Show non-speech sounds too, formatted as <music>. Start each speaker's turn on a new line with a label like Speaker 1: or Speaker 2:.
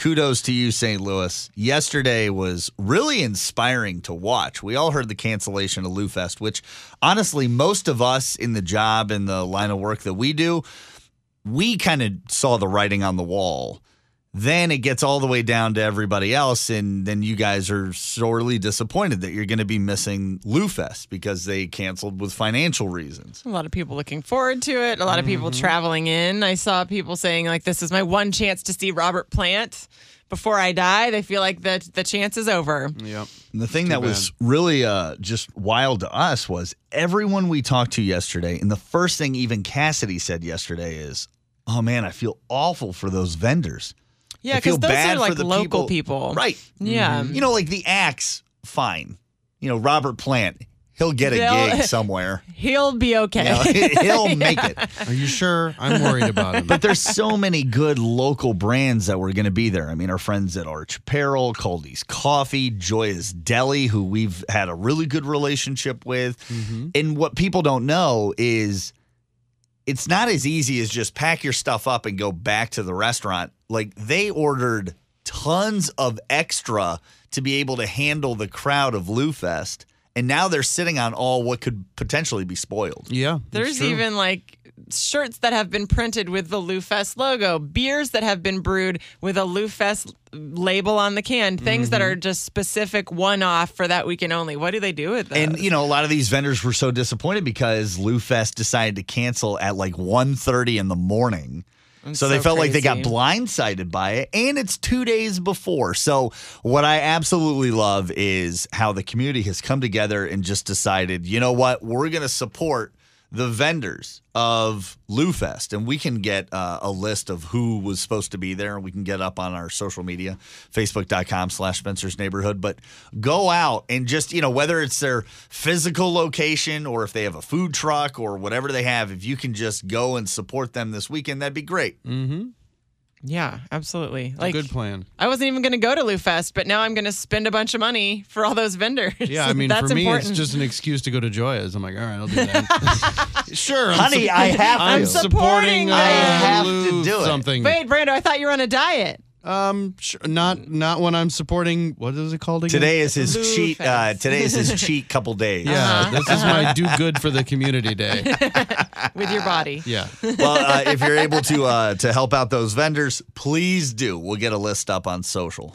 Speaker 1: kudos to you, St. Louis. Yesterday was really inspiring to watch. We all heard the cancellation of Lou Fest, which honestly, most of us in the job and the line of work that we do, we kind of saw the writing on the wall. Then it gets all the way down to everybody else, and then you guys are sorely disappointed that you're going to be missing Lou Fest because they canceled with financial reasons.
Speaker 2: A lot of people looking forward to it. A lot of people
Speaker 1: Mm-hmm.
Speaker 2: traveling in. I saw people saying like, "This is my one chance to see Robert Plant before I die." They feel like the the chance is over.
Speaker 3: Yep.
Speaker 1: And the thing that was really uh, just wild to us was everyone we talked to yesterday, and the first thing even Cassidy said yesterday is, "Oh man, I feel awful for those vendors.
Speaker 2: Yeah,
Speaker 1: I feel
Speaker 2: because those
Speaker 1: bad
Speaker 2: are
Speaker 1: for
Speaker 2: like
Speaker 1: the
Speaker 2: local
Speaker 1: people-
Speaker 2: people.
Speaker 1: Right? Mm-hmm.
Speaker 2: Yeah.
Speaker 1: You know, like the Axe, fine. You know, Robert Plant, he'll get a
Speaker 2: They'll-
Speaker 1: gig somewhere.
Speaker 2: He'll be okay. <laughs>
Speaker 1: You know, <laughs> he'll make it."
Speaker 3: Are you sure? I'm worried
Speaker 2: <laughs>
Speaker 3: about him.
Speaker 1: But there's so many good local brands that were going to be there. I mean, our friends at Arch Apparel, Coldy's Coffee, Joya's Deli, who we've had a really good relationship with. And what people don't know is it's not as easy as just pack your stuff up and go back to the restaurant. Like they ordered tons of extra to be able to handle the crowd of Lou Fest. And now they're sitting on all what could potentially be spoiled.
Speaker 3: yeah. it's
Speaker 2: There's
Speaker 3: true.
Speaker 2: even like shirts that have been printed with the Lou Fest logo, beers that have been brewed with a Lou Fest label on the can, things
Speaker 1: Mm-hmm.
Speaker 2: that are just specific one off for that weekend only. What do they do with those?
Speaker 1: And you know, a lot of these vendors were so disappointed because Lou Fest decided to cancel at like 1.30 in the morning. So they
Speaker 2: so
Speaker 1: felt like they got
Speaker 2: crazy.
Speaker 1: blindsided by it, and it's two days before. So what I absolutely love is how the community has come together and just decided, you know what, we're going to support the vendors of Lou Fest, and we can get uh, a list of who was supposed to be there, and we can get up on our social media, facebook.com slash Spencer's Neighborhood. But go out and just, you know, whether it's their physical location or if they have a food truck or whatever they have, if you can just go and support them this weekend, that'd be great.
Speaker 2: yeah, absolutely. Like
Speaker 3: Good plan.
Speaker 2: I wasn't even going to go to Lou Fest, but now I'm going to spend a bunch of money for all those vendors. <laughs>
Speaker 3: Yeah, I mean,
Speaker 2: that's
Speaker 3: for me,
Speaker 2: important.
Speaker 3: it's just an excuse to go to Joya's. I'm like, all right, I'll do that.
Speaker 1: <laughs>
Speaker 3: sure, I'm
Speaker 1: Honey, I have
Speaker 3: I'm
Speaker 1: to.
Speaker 3: supporting.
Speaker 2: supporting
Speaker 3: uh,
Speaker 2: I
Speaker 1: have to
Speaker 3: Lou
Speaker 1: do it.
Speaker 3: Something.
Speaker 2: Wait, Brando, I thought you were on a diet.
Speaker 3: Um, sure, not not when I'm supporting. What is it called again?
Speaker 1: Today is his
Speaker 2: Lou
Speaker 1: cheat. Uh,
Speaker 2: Fest.
Speaker 1: today is
Speaker 3: <laughs>
Speaker 1: his cheat couple days.
Speaker 3: Yeah, this is
Speaker 1: <laughs>
Speaker 3: my do good for the community day.
Speaker 2: With
Speaker 3: <laughs>
Speaker 2: your body.
Speaker 3: Yeah,
Speaker 1: well, uh, if you're able to uh, to help out those vendors, please do. We'll get a list up on social.